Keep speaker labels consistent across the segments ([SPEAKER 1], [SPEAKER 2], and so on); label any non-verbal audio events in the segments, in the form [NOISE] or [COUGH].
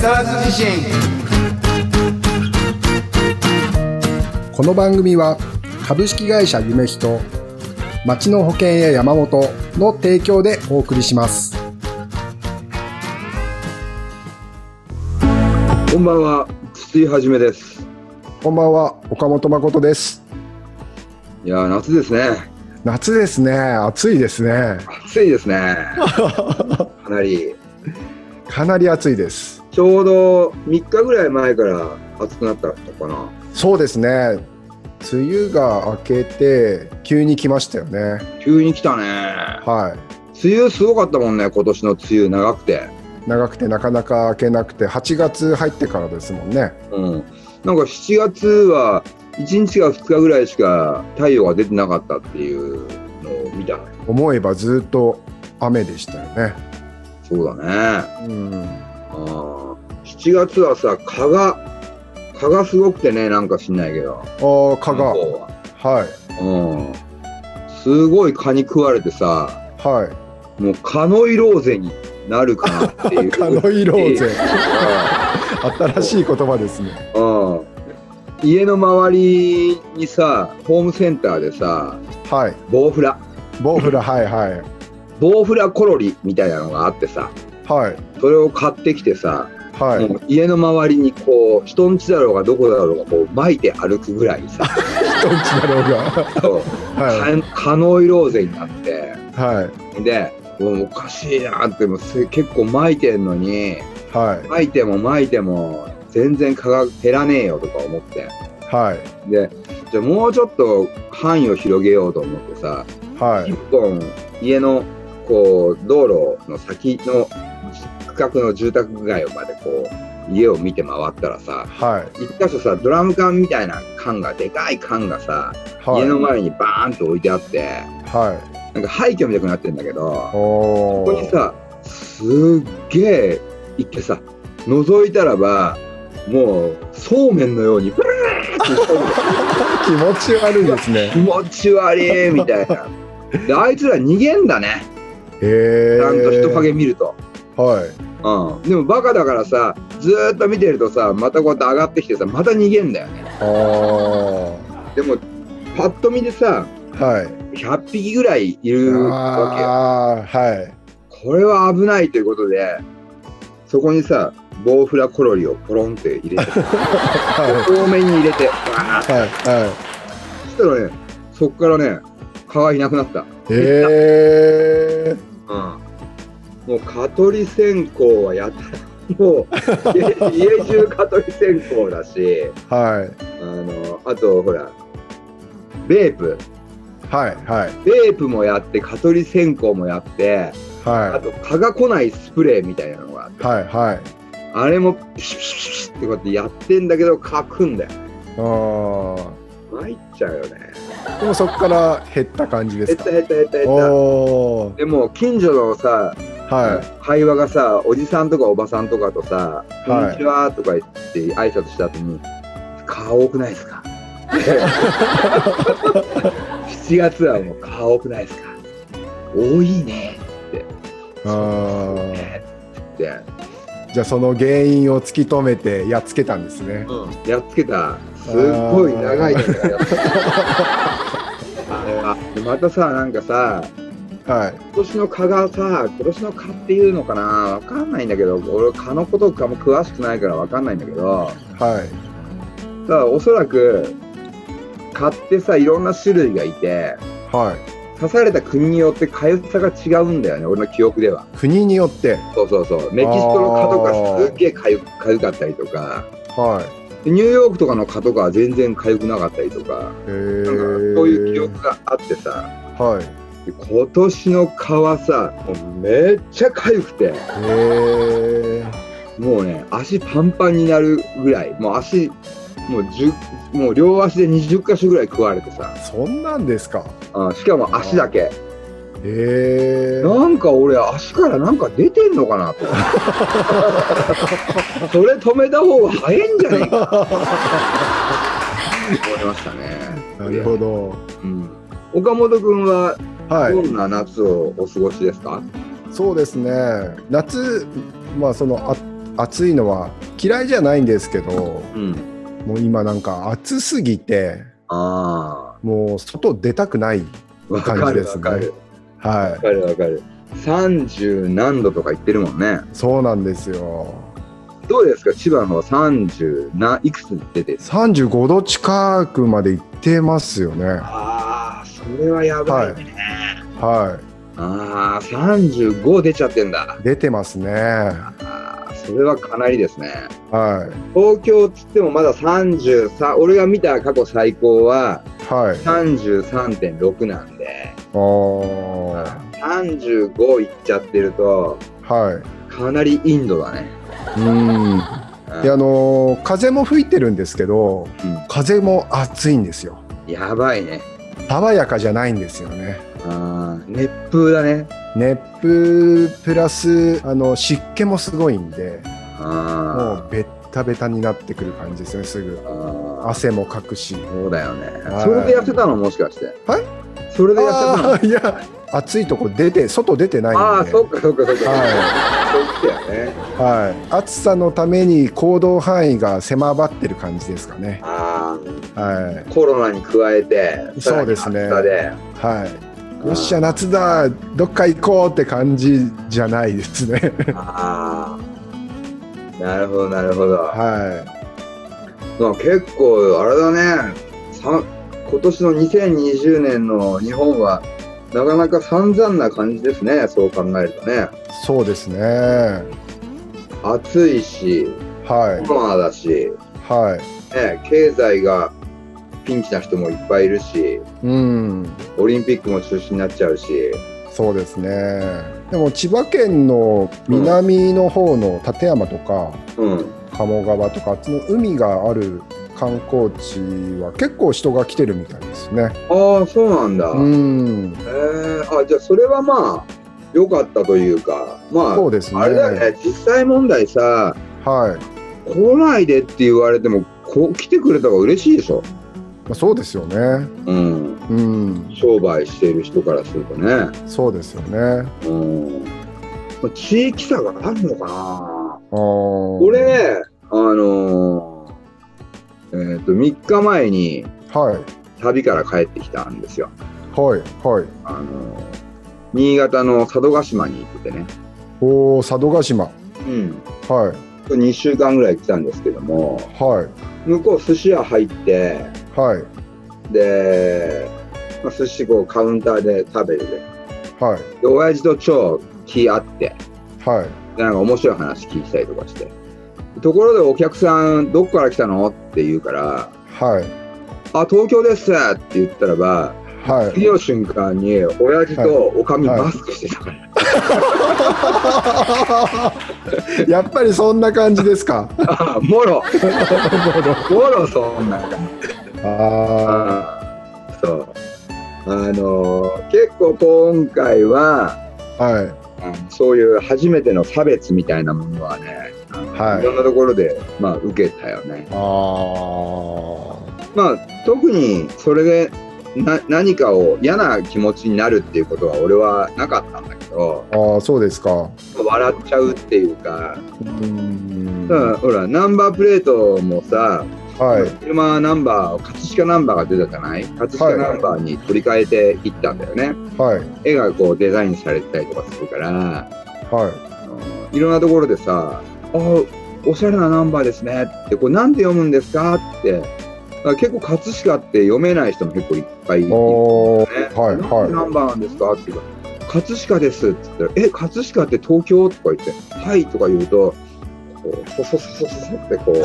[SPEAKER 1] 沢津地震
[SPEAKER 2] この番組は株式会社夢人町の保険や山本の提供でお送りします
[SPEAKER 3] こんばんは、筒井はじめです。
[SPEAKER 2] こんばんは岡本誠です
[SPEAKER 3] いやー、夏ですね。
[SPEAKER 2] 夏ですね暑いですね
[SPEAKER 3] 暑いです [LAUGHS] ね。かなり。
[SPEAKER 2] かなり暑いです
[SPEAKER 3] ちょうど3日ぐらい前から暑くなったのかな。
[SPEAKER 2] そうですね梅雨が明けて急に来ましたよね
[SPEAKER 3] 急に来たね。
[SPEAKER 2] は
[SPEAKER 3] 梅雨すごかったもんね、今年の梅雨長くて。
[SPEAKER 2] い長くてなかなか明けなくて8月入ってからですもんね
[SPEAKER 3] うん。なんか7月は1日か2日ぐらいしか太陽が出てなかったっていうのを見たね。
[SPEAKER 2] 思えばずっと雨でしたよね
[SPEAKER 3] そうだね。
[SPEAKER 2] うん
[SPEAKER 3] あー7月はさ、蚊が、蚊がすごくてね、なんか知んないけど。
[SPEAKER 2] ああ蚊が
[SPEAKER 3] 向こうは
[SPEAKER 2] はい
[SPEAKER 3] うん、すごい蚊に食われてさ
[SPEAKER 2] はい
[SPEAKER 3] もう蚊の色ぜになるかなって
[SPEAKER 2] [LAUGHS]
[SPEAKER 3] いう
[SPEAKER 2] カノイローゼ
[SPEAKER 3] う
[SPEAKER 2] 新しい言葉ですね
[SPEAKER 3] んうん家の周りにさホームセンターでさ
[SPEAKER 2] はい
[SPEAKER 3] ボウフラ
[SPEAKER 2] ボウ
[SPEAKER 3] [LAUGHS]
[SPEAKER 2] フラはいはい
[SPEAKER 3] ボウフラコロリみたいなのがあってさ
[SPEAKER 2] はい
[SPEAKER 3] それを買ってきてさ、
[SPEAKER 2] はい
[SPEAKER 3] もう家の周りにこう人んちだろうがどこだろうがこう巻いて歩くぐらい
[SPEAKER 2] [LAUGHS]
[SPEAKER 3] さ
[SPEAKER 2] 人んちだろうが
[SPEAKER 3] そう
[SPEAKER 2] は
[SPEAKER 3] 蚊蚊の色ぜになって
[SPEAKER 2] いはい
[SPEAKER 3] でもうおかしいなってもうす結構巻いてんのに
[SPEAKER 2] はい
[SPEAKER 3] 巻いても巻いても全然蚊が減らねえよとか思って
[SPEAKER 2] はい
[SPEAKER 3] でじゃあもうちょっと範囲を広げようと思ってさ
[SPEAKER 2] はい
[SPEAKER 3] 一本家のこう道路の先の区画の住宅街までこう家を見て回ったらさ
[SPEAKER 2] はい
[SPEAKER 3] 一箇所さドラム缶みたいな缶がでかい缶がさ、
[SPEAKER 2] はい
[SPEAKER 3] 家の前にバーンと置いてあって
[SPEAKER 2] はい
[SPEAKER 3] なんか廃墟みたくなってんだけど
[SPEAKER 2] お
[SPEAKER 3] こ
[SPEAKER 2] お
[SPEAKER 3] こにさすっげえ一回さ覗いたらばもうそうめんのようにブルーって
[SPEAKER 2] 気持ち悪いですね
[SPEAKER 3] [LAUGHS] 気持ち悪いみたいなであいつら逃げんだね
[SPEAKER 2] へえ
[SPEAKER 3] ちゃんと人影見ると、
[SPEAKER 2] はい
[SPEAKER 3] うん、でもバカだからさずーっと見てるとさまたこうやって上がってきてさまた逃げんだよね
[SPEAKER 2] ああ
[SPEAKER 3] でもパッと見でさ
[SPEAKER 2] はい
[SPEAKER 3] 100匹ぐらいいるわけよ
[SPEAKER 2] ああはい
[SPEAKER 3] これは危ないということでそこにさボウフラコロリをポロンって入れて
[SPEAKER 2] は
[SPEAKER 3] 多めに入れて、わーっ
[SPEAKER 2] いはいは
[SPEAKER 3] そしたらね、そっからね、蚊がいなくなった。
[SPEAKER 2] いへえ
[SPEAKER 3] もう蚊取り線香はやたら、もう家家中蚊取り線香だし、
[SPEAKER 2] はい
[SPEAKER 3] あの、あとほら、ベープ、
[SPEAKER 2] はいはい
[SPEAKER 3] ベープもやって、蚊取り線香もやって、あ
[SPEAKER 2] は
[SPEAKER 3] と蚊が来ないスプレーみたいなのがあっ
[SPEAKER 2] い
[SPEAKER 3] て、
[SPEAKER 2] はいはい
[SPEAKER 3] あれもピシュピシュピシュってこうやってやってんだけど、蚊くんだよ。
[SPEAKER 2] ああ
[SPEAKER 3] 参っちゃうよね。
[SPEAKER 2] でもそこから減った感じで
[SPEAKER 3] 減
[SPEAKER 2] すか
[SPEAKER 3] った減った減った減った。
[SPEAKER 2] おお
[SPEAKER 3] でも近所のさ、
[SPEAKER 2] は
[SPEAKER 3] 会話がさおじさんとかおばさんとかとさ「こんにちは」とか言って挨拶した後に「顔多くないですか? 」7月はもう顔多くないですか?」「多いね」って
[SPEAKER 2] いあ
[SPEAKER 3] そう
[SPEAKER 2] ー
[SPEAKER 3] ねって言っ
[SPEAKER 2] じゃあその原因を突き止めてやっつけたんですね
[SPEAKER 3] てやっつけたすっごい長いのがやっつけたあれはでまたさなんかさ
[SPEAKER 2] はい
[SPEAKER 3] 今年の蚊がさ今年の蚊っていうのかなわかんないんだけど俺蚊のことかも詳しくないからわかんないんだけど
[SPEAKER 2] はい
[SPEAKER 3] ただおそらく蚊ってさいろんな種類がいて
[SPEAKER 2] はい
[SPEAKER 3] 刺された国によって痒さが違うんだよね俺の記憶では
[SPEAKER 2] 国によって
[SPEAKER 3] そうそうそうメキシコの蚊と
[SPEAKER 2] あ
[SPEAKER 3] か
[SPEAKER 2] ー
[SPEAKER 3] すっげえ痒く痒かったりとか
[SPEAKER 2] はい
[SPEAKER 3] でニューヨークとかの蚊とかは全然痒くなかったりと
[SPEAKER 2] へ
[SPEAKER 3] か
[SPEAKER 2] え
[SPEAKER 3] なんかそういう記憶があってさ
[SPEAKER 2] はい
[SPEAKER 3] で今年の蚊はさもうめっちゃ痒くて
[SPEAKER 2] へえ
[SPEAKER 3] もうね足パンパンになるぐらいもう足もう10もう両足で20箇所ぐらい食われてさ
[SPEAKER 2] そんなんですか
[SPEAKER 3] あしかも足だけ
[SPEAKER 2] へえ
[SPEAKER 3] なんか俺足からなんか出てんのかな [LAUGHS] とそれ止めた方が早いんじゃねえか思いましたね
[SPEAKER 2] なるほど
[SPEAKER 3] うん、岡本君は
[SPEAKER 2] は
[SPEAKER 3] ど
[SPEAKER 2] い
[SPEAKER 3] んな夏をお過ごしですか、
[SPEAKER 2] そうですね夏まあそのあ暑いのは嫌いじゃないんですけど、
[SPEAKER 3] うん。
[SPEAKER 2] もう今なんか暑すぎて、
[SPEAKER 3] あ
[SPEAKER 2] もう外出たくない。
[SPEAKER 3] あ、わ
[SPEAKER 2] 感
[SPEAKER 3] か
[SPEAKER 2] じで
[SPEAKER 3] る
[SPEAKER 2] す
[SPEAKER 3] わ
[SPEAKER 2] ね
[SPEAKER 3] かる。
[SPEAKER 2] は
[SPEAKER 3] わかるわかる。30何度とか言ってるもんね。
[SPEAKER 2] い。そうなんですよ。
[SPEAKER 3] どうですか千葉の方は30ないくつ出てる
[SPEAKER 2] 35度近くまで行ってますよね。
[SPEAKER 3] ああ、それはやばいね。
[SPEAKER 2] は
[SPEAKER 3] ああ、35出ちゃってんだ。
[SPEAKER 2] い。出てますね。は
[SPEAKER 3] ああ、それはかなりです
[SPEAKER 2] い。
[SPEAKER 3] ね。東京っつってもまだ33、俺が見た過去最高は
[SPEAKER 2] はい。
[SPEAKER 3] 33.6なんで、
[SPEAKER 2] あー
[SPEAKER 3] 35いっちゃってると、
[SPEAKER 2] はい。
[SPEAKER 3] かなりインドだね。
[SPEAKER 2] うん。
[SPEAKER 3] うん
[SPEAKER 2] で、あのー風も吹いてるんですけど、
[SPEAKER 3] うん
[SPEAKER 2] 風も暑いんですよ。
[SPEAKER 3] やばいね。
[SPEAKER 2] 爽やかじゃないんですよね。
[SPEAKER 3] あー熱風だね。
[SPEAKER 2] 熱風プラスあの湿気もすごいんで、も
[SPEAKER 3] あ
[SPEAKER 2] うベッタベタになってくる感じですね。すぐ
[SPEAKER 3] ーあー。
[SPEAKER 2] 汗もかくし。
[SPEAKER 3] そうだよね
[SPEAKER 2] はい。
[SPEAKER 3] それで痩せたのもしかして。はいそれで痩せたの
[SPEAKER 2] あーいや、暑いとこ出て外出てないんで。
[SPEAKER 3] ああ、そっかそっかそっか。そういうことだよね。
[SPEAKER 2] はい、暑さのために行動範囲が狭まってる感じですかね。
[SPEAKER 3] あ
[SPEAKER 2] は
[SPEAKER 3] あ、コロナに加えて、
[SPEAKER 2] そうですね
[SPEAKER 3] さらに暑さで
[SPEAKER 2] い、はい、よっしゃ夏だどっか行こうって感じじゃないですね。
[SPEAKER 3] ああ、なるほど、なるほど。
[SPEAKER 2] は
[SPEAKER 3] まあ、結構、あれだね、さ今年の2020年の日本は、なかなか散々な感じですね、そう考えるとね。
[SPEAKER 2] い、そうですね。は
[SPEAKER 3] 暑いし、
[SPEAKER 2] い、
[SPEAKER 3] コロナだし、
[SPEAKER 2] はい、
[SPEAKER 3] ね、経済がピンチな人もいっぱいいるし、
[SPEAKER 2] うん、
[SPEAKER 3] オリンピックも中止になっちゃうし、
[SPEAKER 2] そうですね。でも千葉県の南の方の館山とか
[SPEAKER 3] うん、
[SPEAKER 2] 鴨川とかあっちの海がある観光地は結構人が来てるみたいですね。
[SPEAKER 3] ああ、そうなんだ。
[SPEAKER 2] うん、
[SPEAKER 3] えー、あじゃあそれはまあ良かったというかまあ
[SPEAKER 2] そうですね。
[SPEAKER 3] あれだよね実際問題さ
[SPEAKER 2] はい。
[SPEAKER 3] 来ないでって言われてもこ来てくれた方が嬉しいでしょ、
[SPEAKER 2] まあ、そうですよね。
[SPEAKER 3] うん、
[SPEAKER 2] うん、
[SPEAKER 3] 商売している人からするとね、
[SPEAKER 2] そうですよね。
[SPEAKER 3] うんまあ、地域差があるのかな
[SPEAKER 2] あー
[SPEAKER 3] 俺ねあのーえっ、と3日前に
[SPEAKER 2] はい、
[SPEAKER 3] 旅から帰ってきたんですよ、
[SPEAKER 2] はい、はい。
[SPEAKER 3] あのー新潟の佐渡島に行っててね、
[SPEAKER 2] おお、佐渡島。
[SPEAKER 3] うん、
[SPEAKER 2] はい、
[SPEAKER 3] 2週間ぐらい来たんですけども
[SPEAKER 2] はい、
[SPEAKER 3] 向こう寿司屋入って
[SPEAKER 2] はい、
[SPEAKER 3] で、まあ、寿司こうカウンターで食べてて
[SPEAKER 2] はい、
[SPEAKER 3] で親父と超気合って
[SPEAKER 2] はい。
[SPEAKER 3] でなんか面白い話聞いたりとかしてところでお客さんどこから来たのって言うから
[SPEAKER 2] はい、
[SPEAKER 3] 「あ東京です」って言ったらば
[SPEAKER 2] はい。
[SPEAKER 3] 次の瞬間に親父とおかみ
[SPEAKER 2] はい
[SPEAKER 3] マスクしてたから、 [LAUGHS]
[SPEAKER 2] やっぱりそんな感じですか。
[SPEAKER 3] あも
[SPEAKER 2] [LAUGHS]
[SPEAKER 3] ろもろそんなん
[SPEAKER 2] あ
[SPEAKER 3] あそうあのー結構今回は
[SPEAKER 2] あ、はい、
[SPEAKER 3] あのそういう初めての差別みたいなものはね、あの
[SPEAKER 2] はい
[SPEAKER 3] い、ろんなところで、まあ、受けたよね。
[SPEAKER 2] ああ、
[SPEAKER 3] まあ、特にそれでな何かを嫌な気持ちになるっていうことは俺はなかったんだけど
[SPEAKER 2] ああ、そうですか。
[SPEAKER 3] 笑っちゃうっていうか、
[SPEAKER 2] うん
[SPEAKER 3] だからほらナンバープレートもさ、
[SPEAKER 2] はい、
[SPEAKER 3] 車ナンバー葛飾ナンバーが出たじゃない葛飾ナンバーに取り替えていったんだよね、
[SPEAKER 2] はい、
[SPEAKER 3] 絵がこうデザインされてたりとかするから
[SPEAKER 2] はい。
[SPEAKER 3] あのいろんなところでさ「あおしゃれなナンバーですね」って「これなんて読むんですか?」ってだから結構葛飾って読めない人も結構いっぱいいるね
[SPEAKER 2] おお、はい、
[SPEAKER 3] なんてナ
[SPEAKER 2] は
[SPEAKER 3] ンバーなんですか?」って言うから葛飾です」って言ったら「え葛飾って東京?」とか言って「はい」とか言うと。こうそそそそそそってこ
[SPEAKER 2] [LAUGHS]
[SPEAKER 3] う
[SPEAKER 2] い。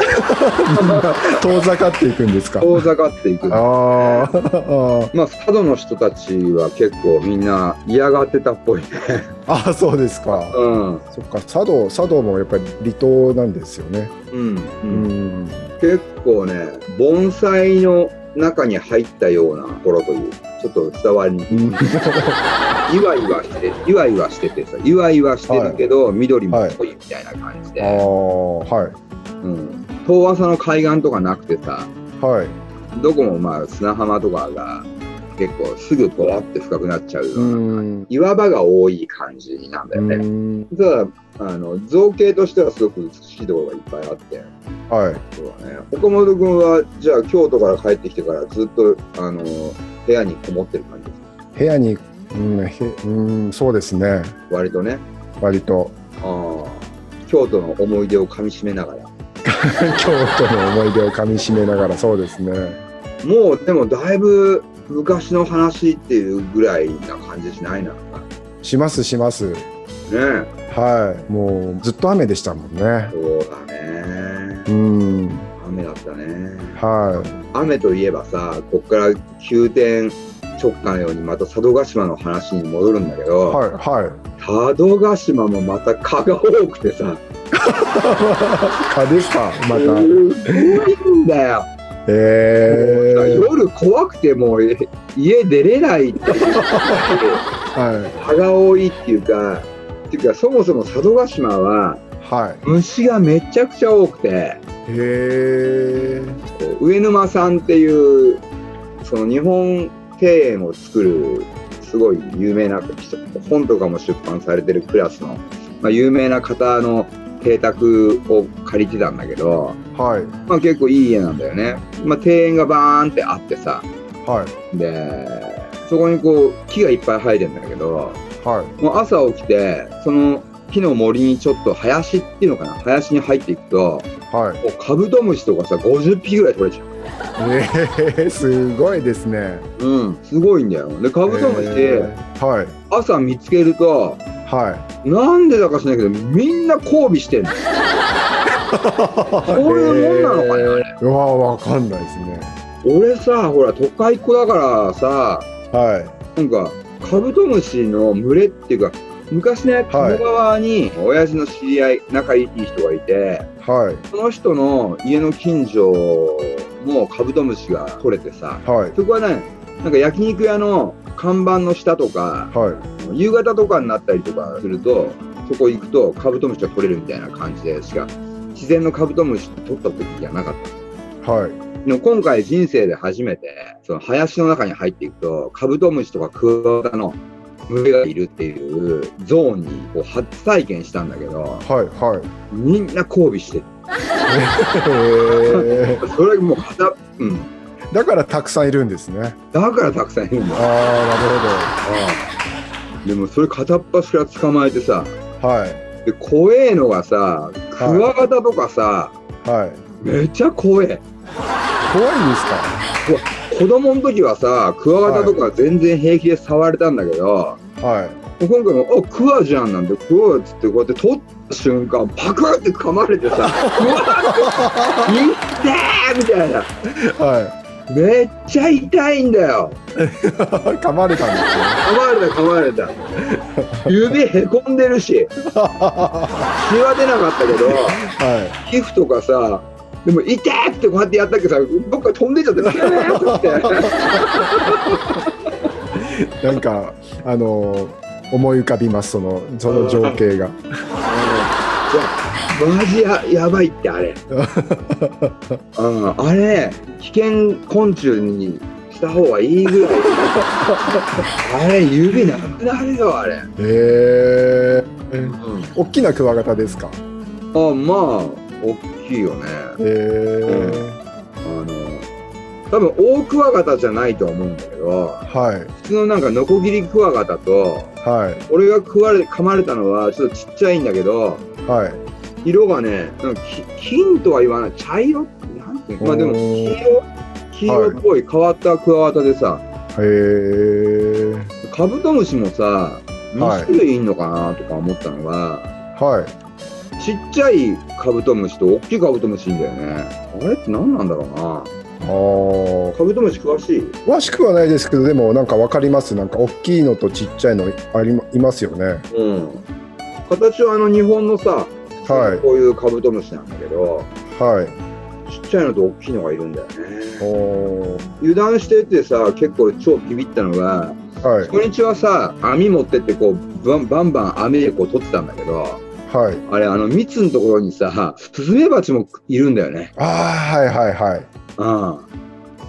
[SPEAKER 2] 遠ざかっていくんですか。
[SPEAKER 3] 遠ざかっていく
[SPEAKER 2] ああ、あー
[SPEAKER 3] まあ佐渡の人たちは結構みんな嫌がってたっぽいね、
[SPEAKER 2] あー、そうですか。
[SPEAKER 3] うん
[SPEAKER 2] そっか佐渡佐渡もやっぱり離島なんですよね。
[SPEAKER 3] うん
[SPEAKER 2] う
[SPEAKER 3] うん、
[SPEAKER 2] ん。
[SPEAKER 3] 結構ね盆栽の中に入ったような頃というちょっと伝わりにいわいわしていわいわしててさいわいわしてるけど、緑もっぽいみたいな感じで、
[SPEAKER 2] ああはい
[SPEAKER 3] うん、遠浅の海岸とかなくてさ
[SPEAKER 2] はい
[SPEAKER 3] どこもまあ砂浜とかが結構すぐボワって深くなっちゃうよ
[SPEAKER 2] う
[SPEAKER 3] うな、
[SPEAKER 2] ん。
[SPEAKER 3] 岩場が多い感じなんだよね。
[SPEAKER 2] うん
[SPEAKER 3] 実はあの造形としてはすごく美しいところがいっぱいあって、
[SPEAKER 2] はい。
[SPEAKER 3] そうだね、岡本君はじゃあ京都から帰ってきてからずっとあの部屋にこもってる感じですか
[SPEAKER 2] 部屋に、うん、へうん、そうですね。
[SPEAKER 3] 割とね
[SPEAKER 2] 割と。
[SPEAKER 3] あー京都の思い出をかみしめながら
[SPEAKER 2] 京都の思い出をかみしめながら、そうですね。
[SPEAKER 3] もうでもだいぶ昔の話っていうぐらいな感じしないなね
[SPEAKER 2] します、します。
[SPEAKER 3] え
[SPEAKER 2] はい。もう、ずっと雨でしたもんね。
[SPEAKER 3] そうだね
[SPEAKER 2] うん。
[SPEAKER 3] 雨だったね
[SPEAKER 2] は
[SPEAKER 3] 雨といえばさこっから急転直下のようにまた佐渡島の話に戻るんだけ
[SPEAKER 2] い。
[SPEAKER 3] ど、
[SPEAKER 2] はい、はい。
[SPEAKER 3] 佐渡島もまた蚊が多くてさ
[SPEAKER 2] 蚊ですか、ますた。
[SPEAKER 3] ごいんだよ、
[SPEAKER 2] え
[SPEAKER 3] もう
[SPEAKER 2] ー、
[SPEAKER 3] 夜怖くてもう家出れないっていう
[SPEAKER 2] はい。
[SPEAKER 3] 蚊が多いっていうかっていうかそもそも佐渡島は
[SPEAKER 2] はい。
[SPEAKER 3] 虫がめちゃくちゃ多くて
[SPEAKER 2] へえー。
[SPEAKER 3] こう上沼さんっていうその日本庭園を作るすごい有名な人本とかも出版されてるクラスの、まあ、有名な方の邸宅を借りてたんだけど、
[SPEAKER 2] はい。
[SPEAKER 3] まあ、結構いい家なんだよね、まあ、庭園がバーンってあってさ
[SPEAKER 2] はい。
[SPEAKER 3] でそこにこう木がいっぱい生えてんだけど
[SPEAKER 2] はい。
[SPEAKER 3] もう朝起きてその木の森にちょっと林っていうのかな林に入っていくと
[SPEAKER 2] はい。
[SPEAKER 3] もうカブトムシとかさ50匹ぐらい取れちゃう
[SPEAKER 2] えー、 [LAUGHS] すごいですね。
[SPEAKER 3] うんすごいんだよでカブトムシ
[SPEAKER 2] え
[SPEAKER 3] って
[SPEAKER 2] ーはい。
[SPEAKER 3] 朝見つけると
[SPEAKER 2] は
[SPEAKER 3] なんでだか知らないけどみんな交尾してんの
[SPEAKER 2] い。
[SPEAKER 3] そういうもんなのかね
[SPEAKER 2] えーうわ、わかんないですね。
[SPEAKER 3] 俺さほら都会っ子だからさ
[SPEAKER 2] は
[SPEAKER 3] なんかカブトムシの群れっていうか昔ね鴨川に親父の知り合い仲いい人がいて
[SPEAKER 2] い。はい。
[SPEAKER 3] その人の家の近所もカブトムシが取れてさ
[SPEAKER 2] はい。
[SPEAKER 3] そこはねなんか焼肉屋の看板の下とか
[SPEAKER 2] はい。
[SPEAKER 3] 夕方とかになったりとかするとそこ行くとカブトムシが取れるみたいな感じでしか自然のカブトムシ取った時じゃなかった。
[SPEAKER 2] はい。
[SPEAKER 3] でも今回人生で初めてその林の中に入っていくとカブトムシとかクワガタの群れがいるっていうゾーンにこう初体験したんだけど
[SPEAKER 2] はい。はい。
[SPEAKER 3] みんな交尾してて
[SPEAKER 2] え
[SPEAKER 3] それもう片、うん、
[SPEAKER 2] ー、だからたくさんいるんですね。
[SPEAKER 3] だからたくさんいるんだ
[SPEAKER 2] あ
[SPEAKER 3] でもそれ片っ端から捕まえてさ
[SPEAKER 2] あ、なるほど。はい。
[SPEAKER 3] で怖えのがさクワガタとかさ、
[SPEAKER 2] はい。
[SPEAKER 3] めちゃ怖え
[SPEAKER 2] 怖いですか。
[SPEAKER 3] 子供の時はさクワガタとか全然平気で触れたんだけど、
[SPEAKER 2] はい。
[SPEAKER 3] 今回も「あクワじゃん」なんて「クワ」っつってこうやって取った瞬間パクって噛まれてさ「うわっ!」いってーみたいな
[SPEAKER 2] は
[SPEAKER 3] めっちゃ痛いんだよ
[SPEAKER 2] い。 [LAUGHS] 噛まれたんですよ。
[SPEAKER 3] 噛まれた噛まれた指へこんでるし
[SPEAKER 2] [LAUGHS] は
[SPEAKER 3] 血は出なかったけど
[SPEAKER 2] い。
[SPEAKER 3] 皮膚とかさでも「痛ーってこうやってやったっけさどっか飛んでっちゃってピューって
[SPEAKER 2] なんか、あの思い浮かびます、その、その情景が。
[SPEAKER 3] マジややばいって [LAUGHS] あれうんあれ危険昆虫にした方がいいぐらい [LAUGHS] あれ指なくなるよあれ、
[SPEAKER 2] ええ
[SPEAKER 3] う
[SPEAKER 2] ー。
[SPEAKER 3] ん、
[SPEAKER 2] 大きなクワガタですか。
[SPEAKER 3] あまあ大きいよね
[SPEAKER 2] えー
[SPEAKER 3] あの多分大クワガタじゃないと思うんだけど
[SPEAKER 2] はい。
[SPEAKER 3] 普通のなんかノコギリクワガタと
[SPEAKER 2] はい。
[SPEAKER 3] 俺が食われ噛まれたのはちょっとちっちゃいんだけど
[SPEAKER 2] はい。
[SPEAKER 3] 色がねなんかき金とは言わない茶色なんていうのまあでも
[SPEAKER 2] おー
[SPEAKER 3] 黄色黄色っぽい変わったクワガタでさ、
[SPEAKER 2] えー。
[SPEAKER 3] カブトムシもさ
[SPEAKER 2] はい
[SPEAKER 3] 2種類いんのかなとか思ったのが、
[SPEAKER 2] はい。
[SPEAKER 3] ちっちゃいカブトムシと大きいカブトムシいんだよねあれって何なんだろう
[SPEAKER 2] ああ。
[SPEAKER 3] なカブトムシ詳しい
[SPEAKER 2] 詳しくはないですけど、でも、なんかわかります。なんか大きいのとちっちゃいの、あり、いますよね。
[SPEAKER 3] うん形はあの日本のさ、
[SPEAKER 2] はい
[SPEAKER 3] こういうカブトムシなんだけど
[SPEAKER 2] はい。
[SPEAKER 3] ちっちゃいのと大きいのがいるんだよね
[SPEAKER 2] おー
[SPEAKER 3] 油断しててさ結構超ビビったのが
[SPEAKER 2] はい。
[SPEAKER 3] 初日はさ網持ってってこうバンバンバン網でこう取ってたんだけど
[SPEAKER 2] はい。
[SPEAKER 3] あれあの蜜のところにさスズメバチもいるんだよね
[SPEAKER 2] ああ、はいはいはい。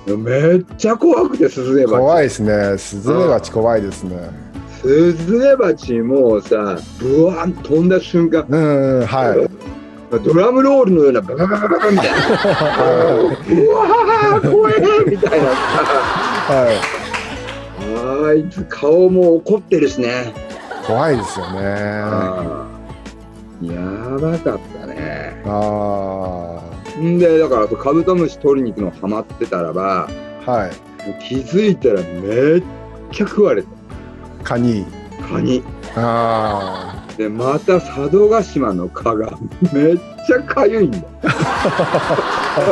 [SPEAKER 3] うんめっちゃ怖くてスズメバチ
[SPEAKER 2] 怖いですね。スズメバチ怖いですね。
[SPEAKER 3] スズメバチもさブワン飛んだ瞬間
[SPEAKER 2] うん、はい。
[SPEAKER 3] ドラムロールのようなバカバカバカみたいなうわー怖えみたいなさ
[SPEAKER 2] は
[SPEAKER 3] あいつ顔も怒ってるしね
[SPEAKER 2] い。怖いですよね。あ
[SPEAKER 3] あーやばかったね
[SPEAKER 2] あ
[SPEAKER 3] んでだからカブトムシ取りに行くのハマってたらば
[SPEAKER 2] ー。はい。
[SPEAKER 3] 気づいたらめっちゃ食われた
[SPEAKER 2] カニ。
[SPEAKER 3] カニ
[SPEAKER 2] あ
[SPEAKER 3] でまた佐渡島の蚊がめっちゃかゆいんだも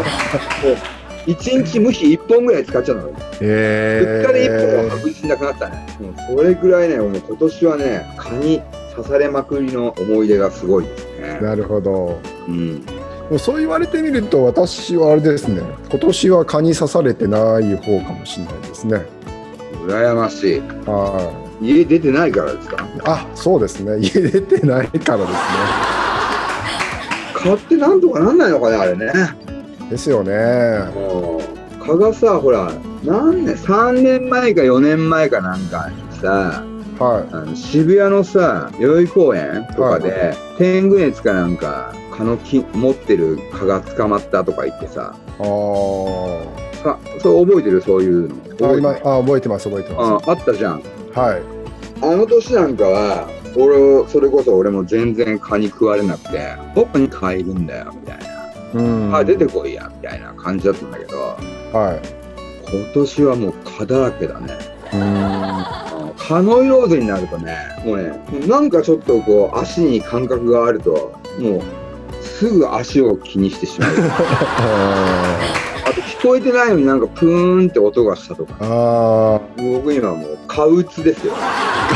[SPEAKER 3] う一日無比1本ぐらい使っちゃうの
[SPEAKER 2] あ。
[SPEAKER 3] うっかり1本
[SPEAKER 2] え
[SPEAKER 3] は確実なくなったねもうそれぐらいねもう今年はね蚊に刺されまくりの思い出がすごいですね
[SPEAKER 2] ー。なるほど。
[SPEAKER 3] うん
[SPEAKER 2] でもそう言われてみると私はあれですね今年は蚊に刺されてない方かもしれないですね
[SPEAKER 3] 羨ましい
[SPEAKER 2] は
[SPEAKER 3] 家出てないからですか
[SPEAKER 2] いあそうですね [LAUGHS] 家出てないからです
[SPEAKER 3] 蚊ってなんとかなんないのかねあれね
[SPEAKER 2] ねですよね
[SPEAKER 3] もう蚊がさほら何年3年前か4年前かなんかにさ
[SPEAKER 2] は
[SPEAKER 3] あの渋谷のさ代々木公園とかで、
[SPEAKER 2] は
[SPEAKER 3] 天狗熱かなんか蚊の木持ってる蚊が捕まったとか言ってさ
[SPEAKER 2] いあ
[SPEAKER 3] かそう覚えてるそういうの
[SPEAKER 2] ーあ
[SPEAKER 3] 覚えて
[SPEAKER 2] 今
[SPEAKER 3] ない
[SPEAKER 2] あ覚えてます覚えてま
[SPEAKER 3] ああったじゃん
[SPEAKER 2] すはい
[SPEAKER 3] あの年なんかは俺をそれこそ俺も全然蚊に食われなくて「僕に蚊いるんだよ」みたいな
[SPEAKER 2] うん
[SPEAKER 3] 「あ出てこいや」みたいな感じだったんだけど
[SPEAKER 2] はい
[SPEAKER 3] 今年はもう蚊だらけだね
[SPEAKER 2] うん
[SPEAKER 3] 蚊の色ーゼになるとねもうねなんかちょっとこう足に感覚があるともうすぐ足を気にしてしまう
[SPEAKER 2] あ
[SPEAKER 3] あと聞こえてないのになんかプーンって音がしたとか
[SPEAKER 2] ーあ
[SPEAKER 3] 僕今もう蚊うつですよ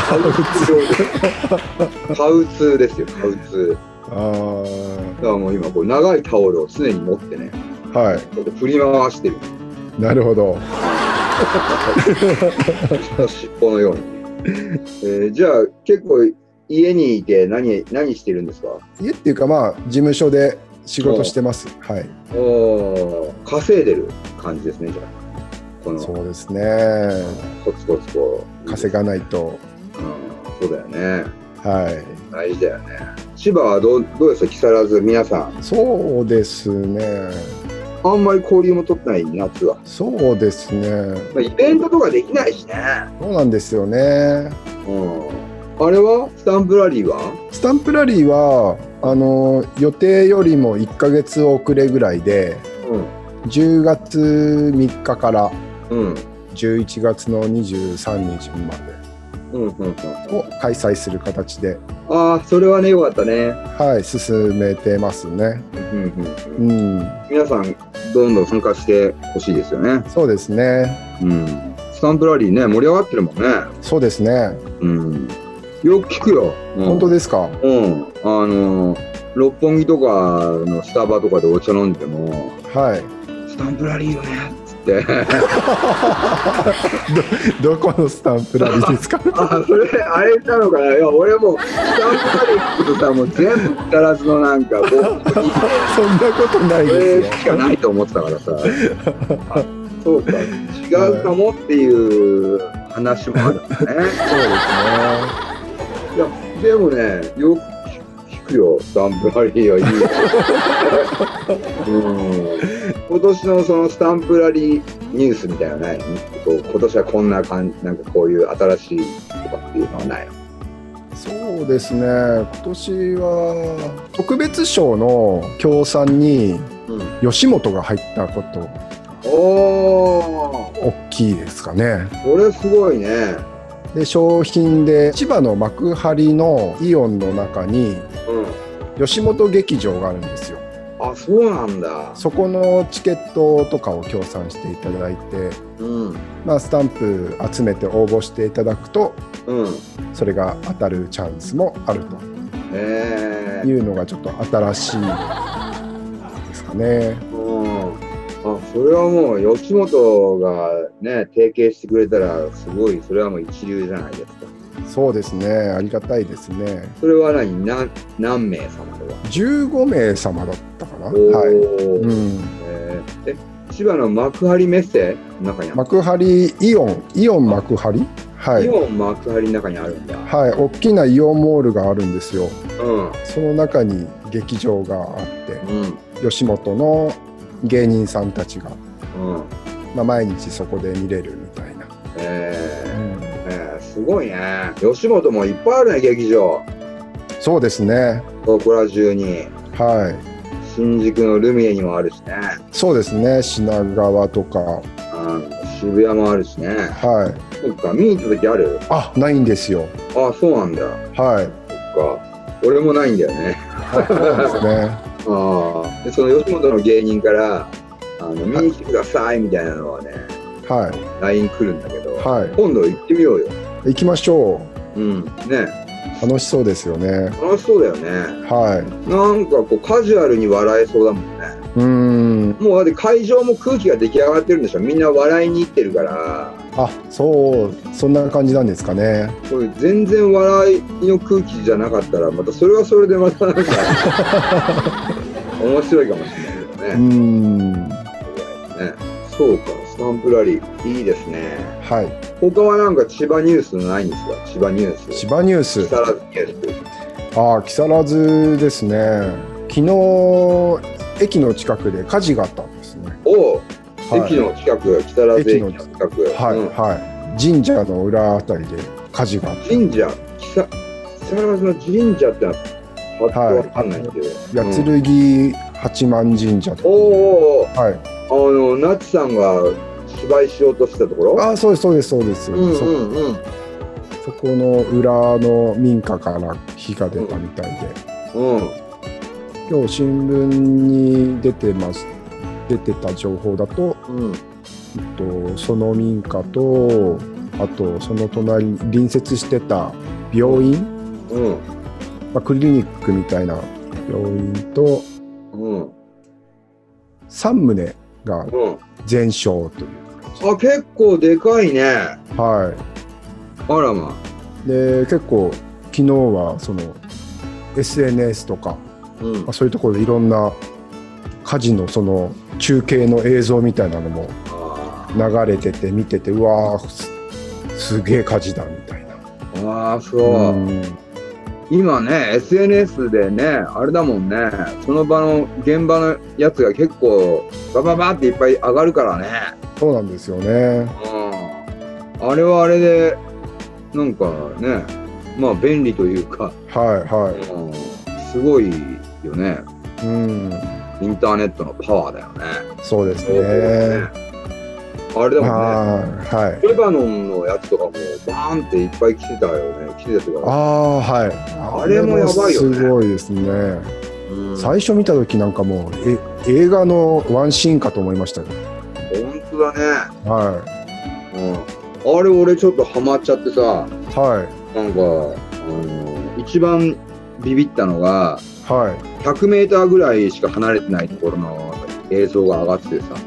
[SPEAKER 3] 蚊うつ病です蚊うつですよ蚊うつ
[SPEAKER 2] ーあ
[SPEAKER 3] だからもう今こう長いタオルを常に持ってね
[SPEAKER 2] ーはい
[SPEAKER 3] ちょっと振り回してる
[SPEAKER 2] なるほど
[SPEAKER 3] 尻尾のように、えーじゃあ結構家にいて何何してるんですか
[SPEAKER 2] 家っていうかまあ事務所で仕事してますはい
[SPEAKER 3] おー稼いでる感じですねじゃあこの
[SPEAKER 2] そうですね
[SPEAKER 3] コツコツこう
[SPEAKER 2] 稼がないと
[SPEAKER 3] うんそうだよね
[SPEAKER 2] はい
[SPEAKER 3] 大事だよね千葉はどうどうですか木更津皆さん
[SPEAKER 2] そうですね。
[SPEAKER 3] あんまり交流も取ってない夏は、
[SPEAKER 2] そうですね。
[SPEAKER 3] まあ、イベントとかできないしね
[SPEAKER 2] そうなんですよね。
[SPEAKER 3] うんあれはスタンプラリーは
[SPEAKER 2] スタンプラリーはあの予定よりも1ヶ月遅れぐらいで、10月3日から
[SPEAKER 3] うんうん
[SPEAKER 2] 11月の23日まで
[SPEAKER 3] うんうんうん
[SPEAKER 2] を開催する形で、
[SPEAKER 3] ああそれはねよかったね
[SPEAKER 2] はい、進めてますね。
[SPEAKER 3] うんうんうん
[SPEAKER 2] うん、
[SPEAKER 3] 皆さんどんどん参加してほしいですよね
[SPEAKER 2] そうですね。
[SPEAKER 3] うんスタンプラリーね盛り上がってるもんね
[SPEAKER 2] そうですね。
[SPEAKER 3] うんよく聞くよ。
[SPEAKER 2] 本当
[SPEAKER 3] で
[SPEAKER 2] ですか。
[SPEAKER 3] うん。あのー、六本木とかのスタバとかでお茶飲んでても、
[SPEAKER 2] はい。 [LAUGHS]
[SPEAKER 3] スタンプラリーよねっつって、
[SPEAKER 2] どこのスタンプラリーです
[SPEAKER 3] [LAUGHS]
[SPEAKER 2] か。
[SPEAKER 3] あ、それ、あれなのかな。いや、俺もう、スタンプラリーってことさ、もう全部、ガラスのなんか、ボックスに
[SPEAKER 2] そんなことない
[SPEAKER 3] そ
[SPEAKER 2] で
[SPEAKER 3] れ
[SPEAKER 2] すよ。
[SPEAKER 3] しかないと思ってた [LAUGHS] からさ、あそうか、違うかもっていう話もあるんだね。
[SPEAKER 2] そうですね。
[SPEAKER 3] いや、でもね、よく聞くよ、スタンプラリー [LAUGHS] はいい。うん、今年のそのスタンプラリーニュースみたいなのないのこう今年はこんな感じ、なんかこういう新しいとかっていうのはないの
[SPEAKER 2] そうですね今年は特別賞の協賛に
[SPEAKER 3] うん、
[SPEAKER 2] 吉本が入ったこと
[SPEAKER 3] おー、
[SPEAKER 2] 大きいですかね
[SPEAKER 3] これすごいね。
[SPEAKER 2] で商品で千葉の幕張のイオンの中に
[SPEAKER 3] う
[SPEAKER 2] 吉本劇場があるんですよ
[SPEAKER 3] ん、あ、そうなんだ。
[SPEAKER 2] そこのチケットとかを協賛していただいて、
[SPEAKER 3] うん、
[SPEAKER 2] まあ、スタンプ集めて応募していただくと
[SPEAKER 3] うん、
[SPEAKER 2] それが当たるチャンスもある
[SPEAKER 3] え
[SPEAKER 2] というのがちょっと新しいですかね
[SPEAKER 3] うんあそれはもう吉本がね提携してくれたらすごいそれはもう一流じゃないですか
[SPEAKER 2] そうですねありがたいですね
[SPEAKER 3] それは何何何名様とか
[SPEAKER 2] 15名様だったかな。
[SPEAKER 3] おー
[SPEAKER 2] はい。うん。
[SPEAKER 3] えーえ千千葉の幕張メッセの中にある、
[SPEAKER 2] 幕張イオンイオン幕張はい
[SPEAKER 3] イオン幕張の中にあるんだ、
[SPEAKER 2] はい大きなイオンモールがあるんですよ
[SPEAKER 3] うん
[SPEAKER 2] その中に劇場があって
[SPEAKER 3] うん
[SPEAKER 2] 吉本の芸人さんたちが、
[SPEAKER 3] うん
[SPEAKER 2] まあ、毎日そこで見れるみたいな、
[SPEAKER 3] えーえーすごいね吉本もいっぱいあるね劇場
[SPEAKER 2] そうですね
[SPEAKER 3] 東倉中に
[SPEAKER 2] はい
[SPEAKER 3] 新宿のルミネにもあるしね、
[SPEAKER 2] そうですね品川とか
[SPEAKER 3] うん、渋谷もあるしね
[SPEAKER 2] はい
[SPEAKER 3] そっか見に行った時ある
[SPEAKER 2] あないんですよ
[SPEAKER 3] ああそうなんだ
[SPEAKER 2] はい
[SPEAKER 3] そっか俺もないんだよね
[SPEAKER 2] そうですね
[SPEAKER 3] ああでその吉本の芸人からあの見に来てくださいみたいなのはね
[SPEAKER 2] は
[SPEAKER 3] LINE 来るんだけど、
[SPEAKER 2] いは
[SPEAKER 3] 今度行ってみようよ
[SPEAKER 2] い行きましょう
[SPEAKER 3] うんね
[SPEAKER 2] 楽しそうですよね
[SPEAKER 3] 楽しそうだよね
[SPEAKER 2] は
[SPEAKER 3] なんかこうカジュアルに笑えそうだもんね
[SPEAKER 2] いうーん
[SPEAKER 3] もうだって会場も空気が出来上がってるんでしょみんな笑いに行ってるから
[SPEAKER 2] あそうそんな感じなんですかね
[SPEAKER 3] これ全然笑いの空気じゃなかったらまたそれはそれでまた
[SPEAKER 2] [LAUGHS]
[SPEAKER 3] なんか面白いかもしれないけど
[SPEAKER 2] うー
[SPEAKER 3] ね,、
[SPEAKER 2] ん
[SPEAKER 3] ねそうかスタンプラリーいいですね
[SPEAKER 2] はい
[SPEAKER 3] 他はなんか千葉ニュースないんですか千葉ニュース
[SPEAKER 2] 千葉ニュース
[SPEAKER 3] 木更津ニュース
[SPEAKER 2] ああ木更津ですね昨日駅の近くで火事があったんですね
[SPEAKER 3] を、
[SPEAKER 2] はい
[SPEAKER 3] 駅の近く木更津駅の
[SPEAKER 2] 駅の
[SPEAKER 3] 近く、
[SPEAKER 2] はい、
[SPEAKER 3] うん
[SPEAKER 2] はい神社の裏あたりで火事があっ
[SPEAKER 3] 神社木更木更津の神社ってのはパッとわかんないけど、
[SPEAKER 2] て八
[SPEAKER 3] うん
[SPEAKER 2] 剣八幡神社とか、
[SPEAKER 3] おーおーおー
[SPEAKER 2] はい
[SPEAKER 3] あの、ナチさんが芝居しようとしてたところ
[SPEAKER 2] ああそうですそうですそうです、
[SPEAKER 3] うん
[SPEAKER 2] そ
[SPEAKER 3] うんうん。
[SPEAKER 2] そこの裏の民家から火が出たみたいで、
[SPEAKER 3] うん。
[SPEAKER 2] 今日新聞に出てます出てた情報だと
[SPEAKER 3] うん。
[SPEAKER 2] とその民家とあとその隣に隣接してた病院、
[SPEAKER 3] うん。
[SPEAKER 2] まあ、クリニックみたいな病院と
[SPEAKER 3] うん。
[SPEAKER 2] 3棟が
[SPEAKER 3] うん。
[SPEAKER 2] 全焼という
[SPEAKER 3] あ、結構でかいね。あ
[SPEAKER 2] は
[SPEAKER 3] らま。
[SPEAKER 2] いで結構昨日はその SNS とか、
[SPEAKER 3] うん
[SPEAKER 2] まあ、。そういうところでいろんな火事のその中継の映像みたいなのも
[SPEAKER 3] あ
[SPEAKER 2] 流れてて見ててうわーすすげえ火事だみたいな。
[SPEAKER 3] ーあー、そう。
[SPEAKER 2] うん
[SPEAKER 3] 今ね、SNS でね、あれだもんね、その場の、現場のやつが結構、バババっていっぱい上がるからね。
[SPEAKER 2] そうなんですよね。
[SPEAKER 3] うん。あれはあれで、なんかね、まあ便利というか、
[SPEAKER 2] はいはい。
[SPEAKER 3] うん、すごいよね。
[SPEAKER 2] うん、
[SPEAKER 3] インターネットのパワーだよね。
[SPEAKER 2] そうですね。
[SPEAKER 3] あれだもんね。
[SPEAKER 2] はい、はい。
[SPEAKER 3] レバノンのやつとかもバーンっていっぱい来てたよね。来てたと
[SPEAKER 2] あ
[SPEAKER 3] か。
[SPEAKER 2] あ、はい。
[SPEAKER 3] あれもやばいよね
[SPEAKER 2] すごいですね。
[SPEAKER 3] うん、本
[SPEAKER 2] 最初見た時なんかもう、え、映画のワンシーンかと思いましたよ。
[SPEAKER 3] 当だね。
[SPEAKER 2] は
[SPEAKER 3] うん。あれ俺ちょっとハマっちゃってさ、
[SPEAKER 2] い。はい。
[SPEAKER 3] なんか、あの、一番ビビったのが、
[SPEAKER 2] はい。
[SPEAKER 3] 100メーターぐらいしか離れてないところの映像が上がっててさ、
[SPEAKER 2] はい。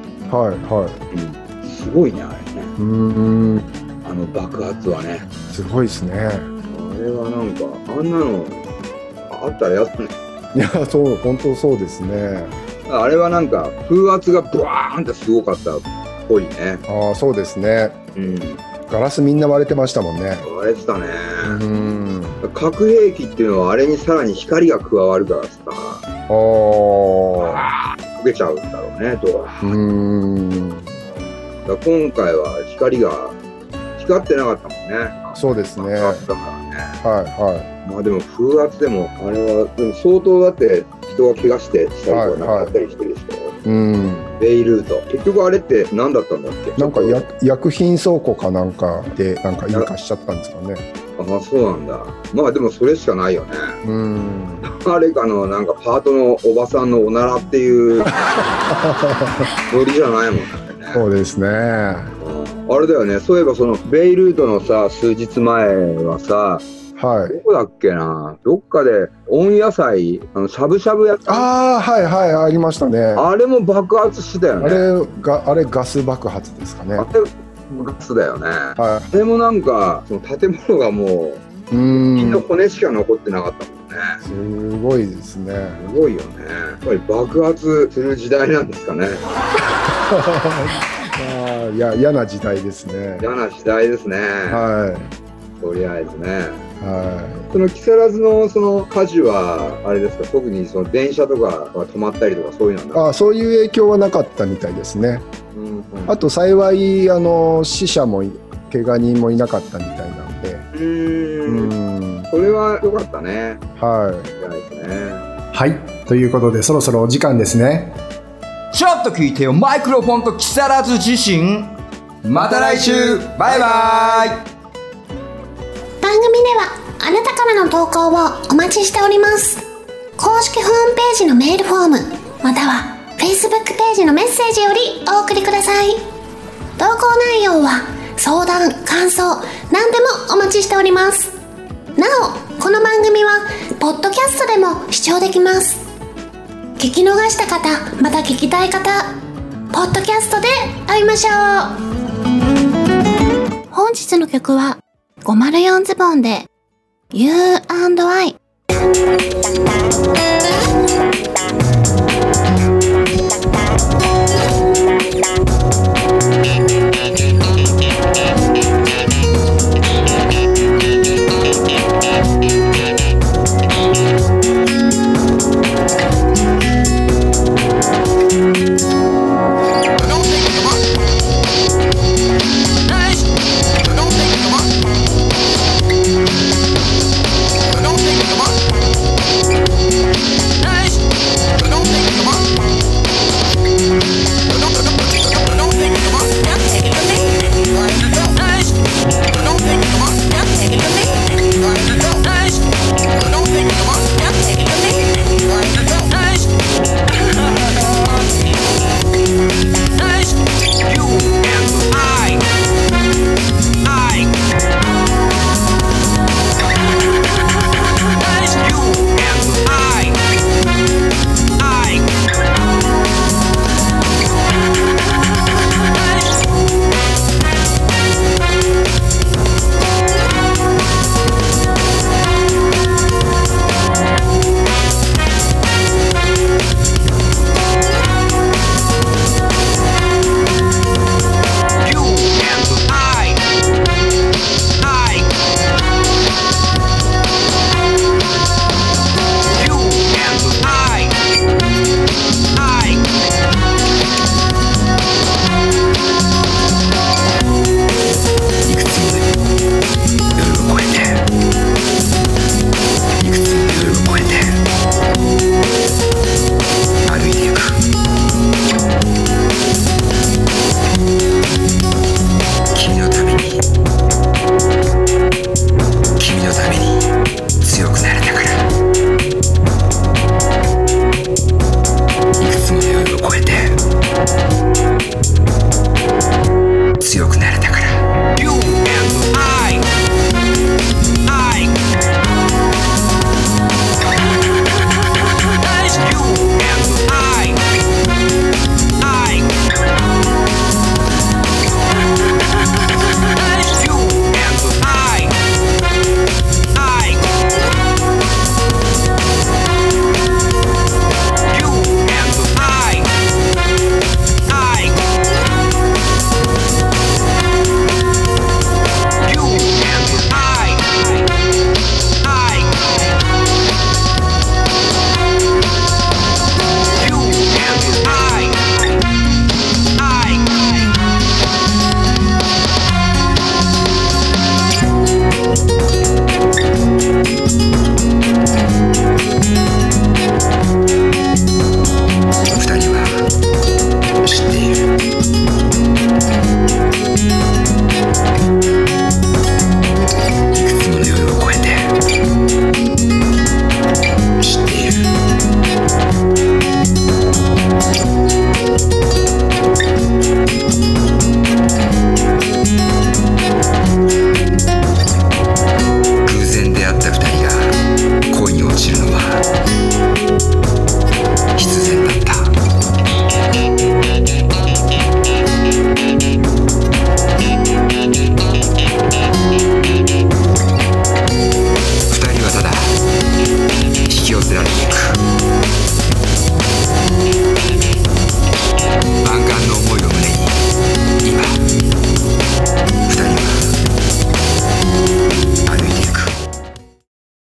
[SPEAKER 2] は
[SPEAKER 3] うん、すごいね、あれね。
[SPEAKER 2] い。うーん。
[SPEAKER 3] あの爆発はね。
[SPEAKER 2] すごいですね。
[SPEAKER 3] あれはなんか、あんなの、あったらやだね。
[SPEAKER 2] いや、そう、本当そうですね。
[SPEAKER 3] あれはなんか風圧がブワーンってすごかったっぽいね。
[SPEAKER 2] ああ、そうですね。
[SPEAKER 3] うん。
[SPEAKER 2] ガラスみんな割れてましたもんね。
[SPEAKER 3] あれしたね。
[SPEAKER 2] うん。
[SPEAKER 3] 核兵器っていうのはあれにさらに光が加わるからさ、
[SPEAKER 2] ああ。
[SPEAKER 3] 溶けちゃうんだろうね、とか。
[SPEAKER 2] うーん。
[SPEAKER 3] だから今回は光が、光ってなかったもんね。
[SPEAKER 2] そうですね。
[SPEAKER 3] あ
[SPEAKER 2] は
[SPEAKER 3] ったからね。
[SPEAKER 2] い。は
[SPEAKER 3] まあでも風圧でも、あれは、でも相当だって人が怪我してしたりとかな
[SPEAKER 2] はい
[SPEAKER 3] んかあったりしてるでしょ。
[SPEAKER 2] い。うん。
[SPEAKER 3] ベイルート。結局あれって何だったんだっけ
[SPEAKER 2] なんかや薬品倉庫かなんかでなんか引火しちゃったんですかね。
[SPEAKER 3] ああ、そうなんだ。まあでもそれしかないよね。
[SPEAKER 2] うん。
[SPEAKER 3] 誰かのなんかパートのおばさんのおならっていうノリじゃないもんね。
[SPEAKER 2] そうですね。は
[SPEAKER 3] あれだよね、そういえばそのベイルートのさ、数日前はさ、ど
[SPEAKER 2] い。
[SPEAKER 3] こだっけな、どっかで温野菜、あのしゃぶしゃぶやった
[SPEAKER 2] ああはいはいありましたね。あ
[SPEAKER 3] あれも爆発してたよね。
[SPEAKER 2] れがあれガス爆発ですかね。
[SPEAKER 3] あ
[SPEAKER 2] は
[SPEAKER 3] れガスだよね。あ
[SPEAKER 2] い。
[SPEAKER 3] れもなんか、その建物がも
[SPEAKER 2] う
[SPEAKER 3] う、木の
[SPEAKER 2] ん。
[SPEAKER 3] 骨しか残ってなかったもんね。
[SPEAKER 2] すごいですね。
[SPEAKER 3] すごいよね。やっぱり爆発する時代なんですかね。
[SPEAKER 2] あーいや嫌な時代ですね。
[SPEAKER 3] 嫌な時代ですね、
[SPEAKER 2] は
[SPEAKER 3] とりあえずね
[SPEAKER 2] いは
[SPEAKER 3] その木更津のその火事はあれですか特にその電車とかが止まったりとかそういうの
[SPEAKER 2] い。
[SPEAKER 3] はな
[SPEAKER 2] あそういう影響はなかったみたいですね。
[SPEAKER 3] うんうん
[SPEAKER 2] あと幸いあの死者もい怪我人もいなかったみたいなんで。
[SPEAKER 3] うー
[SPEAKER 2] うんん
[SPEAKER 3] それは良かったね
[SPEAKER 2] はい。
[SPEAKER 3] 嫌ですね
[SPEAKER 2] はいということでそろそろお時間ですね。
[SPEAKER 1] ちょっと聞いてよマイクロフォンと木更津自身また来週バイバイ
[SPEAKER 4] 番組ではあなたからの投稿をお待ちしております公式ホームページのメールフォームまたは Facebook ページのメッセージよりお送りください投稿内容は相談感想何でもお待ちしておりますなおこの番組はポッドキャストでも視聴できます聞き逃した方また聞きたい方ポッドキャストで会いましょう本日の曲は504ズボンで You and I
[SPEAKER 5] 「